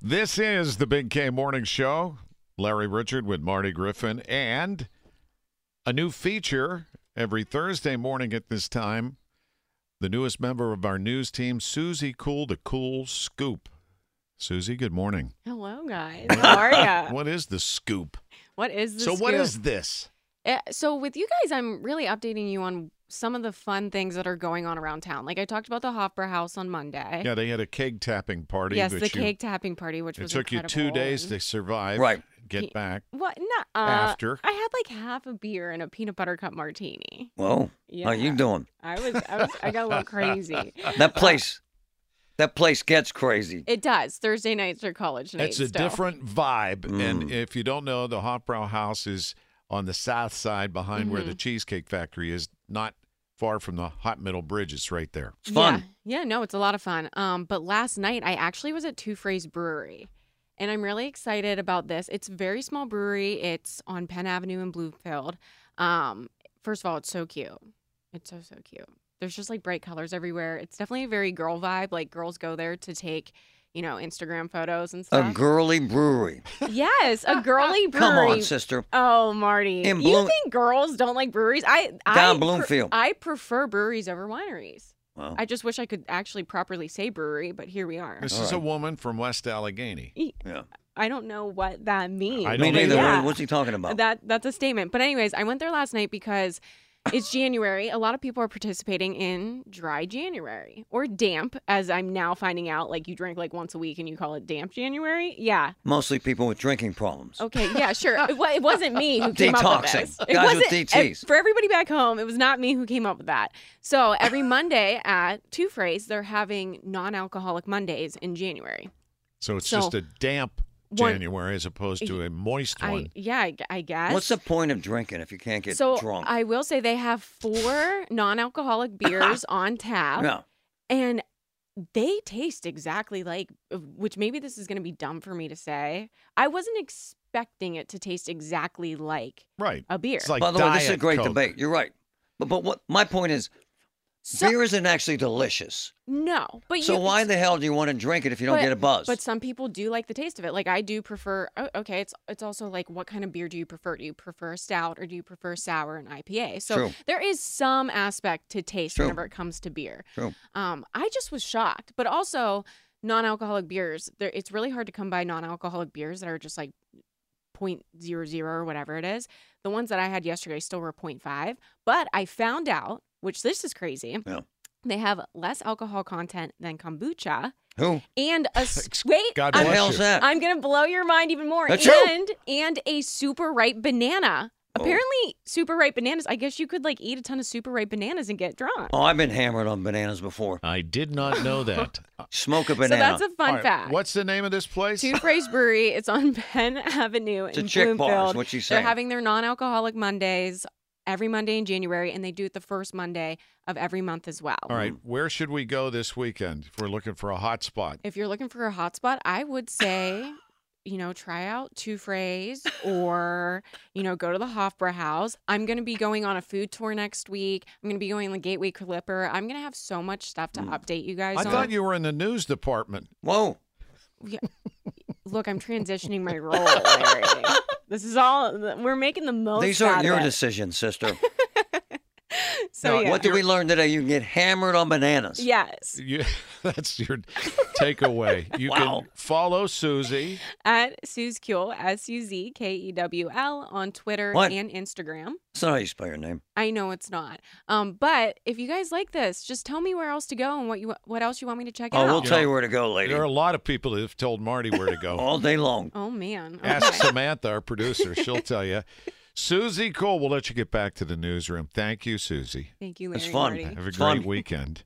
This is the Big K Morning Show. Larry Richard with Marty Griffin and a new feature every Thursday morning at this time. The newest member of our news team, Susie Cool to Cool Scoop. Susie, good morning. Hello, guys. How are you? What is the scoop? What is this? Eh, so, what is this? So, with you guys, I'm really updating you on some of the fun things that are going on around town. Like I talked about the Hofbra House on Monday. Yeah, they had a keg tapping party. Eh? yes, that the you- cake tapping party, which It was took you two incredible. days to survive. Right. Get Ye- back. What? No. Uh, After. I had like half a beer and a peanut butter cup martini. Whoa, Yeah. Uh, how Oh, you doing? I was, I was, I got a little crazy. That place, that place gets crazy. It does. Thursday nights are college nights. It's a still. different vibe. And Mm. if you don't know, the Hot Brow House is on the south side behind where Mm-hmm. the Cheesecake Factory is, not far from the Hot Middle Bridge. It's right there. It's fun. Yeah, yeah, no, it's a lot of fun. Um, but last night I actually was at Two Phrase Brewery, and I'm really excited about this. It's a very small brewery. It's on Penn Avenue in Bloomfield. Um, first of all, it's so cute. It's so so cute. There's just like bright colors everywhere. It's definitely a very girl vibe. Like girls go there to take, you know, Instagram photos and A stuff. girly brewery. yes, a girly brewery. Come on, sister. Oh, Marty, In you Bloom- think girls don't like breweries? I I Down pre- Bloomfield. I prefer breweries over wineries. Well, I just wish I could actually properly say brewery, but here we are. This All is a right. woman from West Allegheny. yeah. I don't know what that means. I Me don't but neither. either. yeah, What- What's he talking about? That that's a statement. But anyways, I went there last night because it's January. A lot of people are participating in dry January or damp, as I'm now finding out. Like you drink like once a week and you call it damp January. Yeah. Mostly people with drinking problems. Okay. Yeah. Sure. it, wa- it wasn't me who came up with Detoxing. this. It Guys with wasn't it- DTs. for everybody back home. It was not me who came up with that. So every Monday at Two Phrase, they're having non-alcoholic Mondays in January. So it's So- just a damp One- January as opposed to a moist I one. yeah, I, gu- I guess. What's the point of drinking if you can't get so drunk? I will say they have four non-alcoholic beers on tap, yeah. and they taste exactly like. uh, Which maybe this is going to be dumb for me to say. I wasn't expecting it to taste exactly like Right. a beer. It's like By the way, this is a Diet great Coke. debate. You're right. But but what my point is, So- beer isn't actually delicious. no, but So you, why the hell do you want to drink it if you don't But- get a buzz? But some people do like the taste of it. Like I do prefer. Oh, okay, it's it's also like what kind of beer do you prefer? Do you prefer a stout or do you prefer sour and IPA? So True. there is some aspect to taste True. whenever it comes to beer. True. Um, I just was shocked, but also non-alcoholic beers. There, it's really hard to come by non-alcoholic beers that are just like. 0.00 or whatever it is. The ones that I had yesterday still were 0.5, but I found out, which this is crazy, Yeah. they have less alcohol content than kombucha Who? and a s- wait. God The I'm, bless hell's you. that? I'm gonna blow your mind even more. That's you. and and a super ripe banana. Oh. Apparently, super ripe bananas. I guess you could like eat a ton of super ripe bananas and get drunk. oh, I've been hammered on bananas before. I did not know that. Uh, Smoke a So banana. that's a fun all right, fact. What's the name of this place? Two Phrase Brewery. It's on Penn Avenue it's a in chick bar. Is Bloomfield. what she's They're saying. having their non-alcoholic Mondays every Monday in January, and they do it the first Monday of every month as well. All right. Where should we go this weekend if we're looking for a hot spot? If you're looking for a hotspot, I would say, you know, try out Two Phrase or, you know, go to the Hofbra House. I'm going to be going on a food tour next week. I'm going to be going on the Gateway Clipper. I'm going to have so much stuff to update Hmm. you guys I on. thought you were in the news department. Whoa. Look, I'm transitioning my role, Larry. this is all, we're making the most These out aren't of your it. decisions, sister. So, No, yeah. What did we learn today? You can get hammered on bananas. Yes, You, that's your takeaway. You Wow. can follow Susie. at Suze Kuehl, S U Z K E W L, on Twitter What? and Instagram. That's not how you spell your name. I know it's not. Um, but if you guys like this, just tell me where else to go and what you what else you want me to check Oh, out. we'll tell you where to go, lady. There are a lot of people that have told Marty where to go. All day long. oh man. Okay. Ask Samantha, our producer. She'll tell you. Susie Cole, we'll let you get back to the newsroom. Thank you, Susie. Thank you, Larry. It's fun. Marty. Have a great Fun. weekend.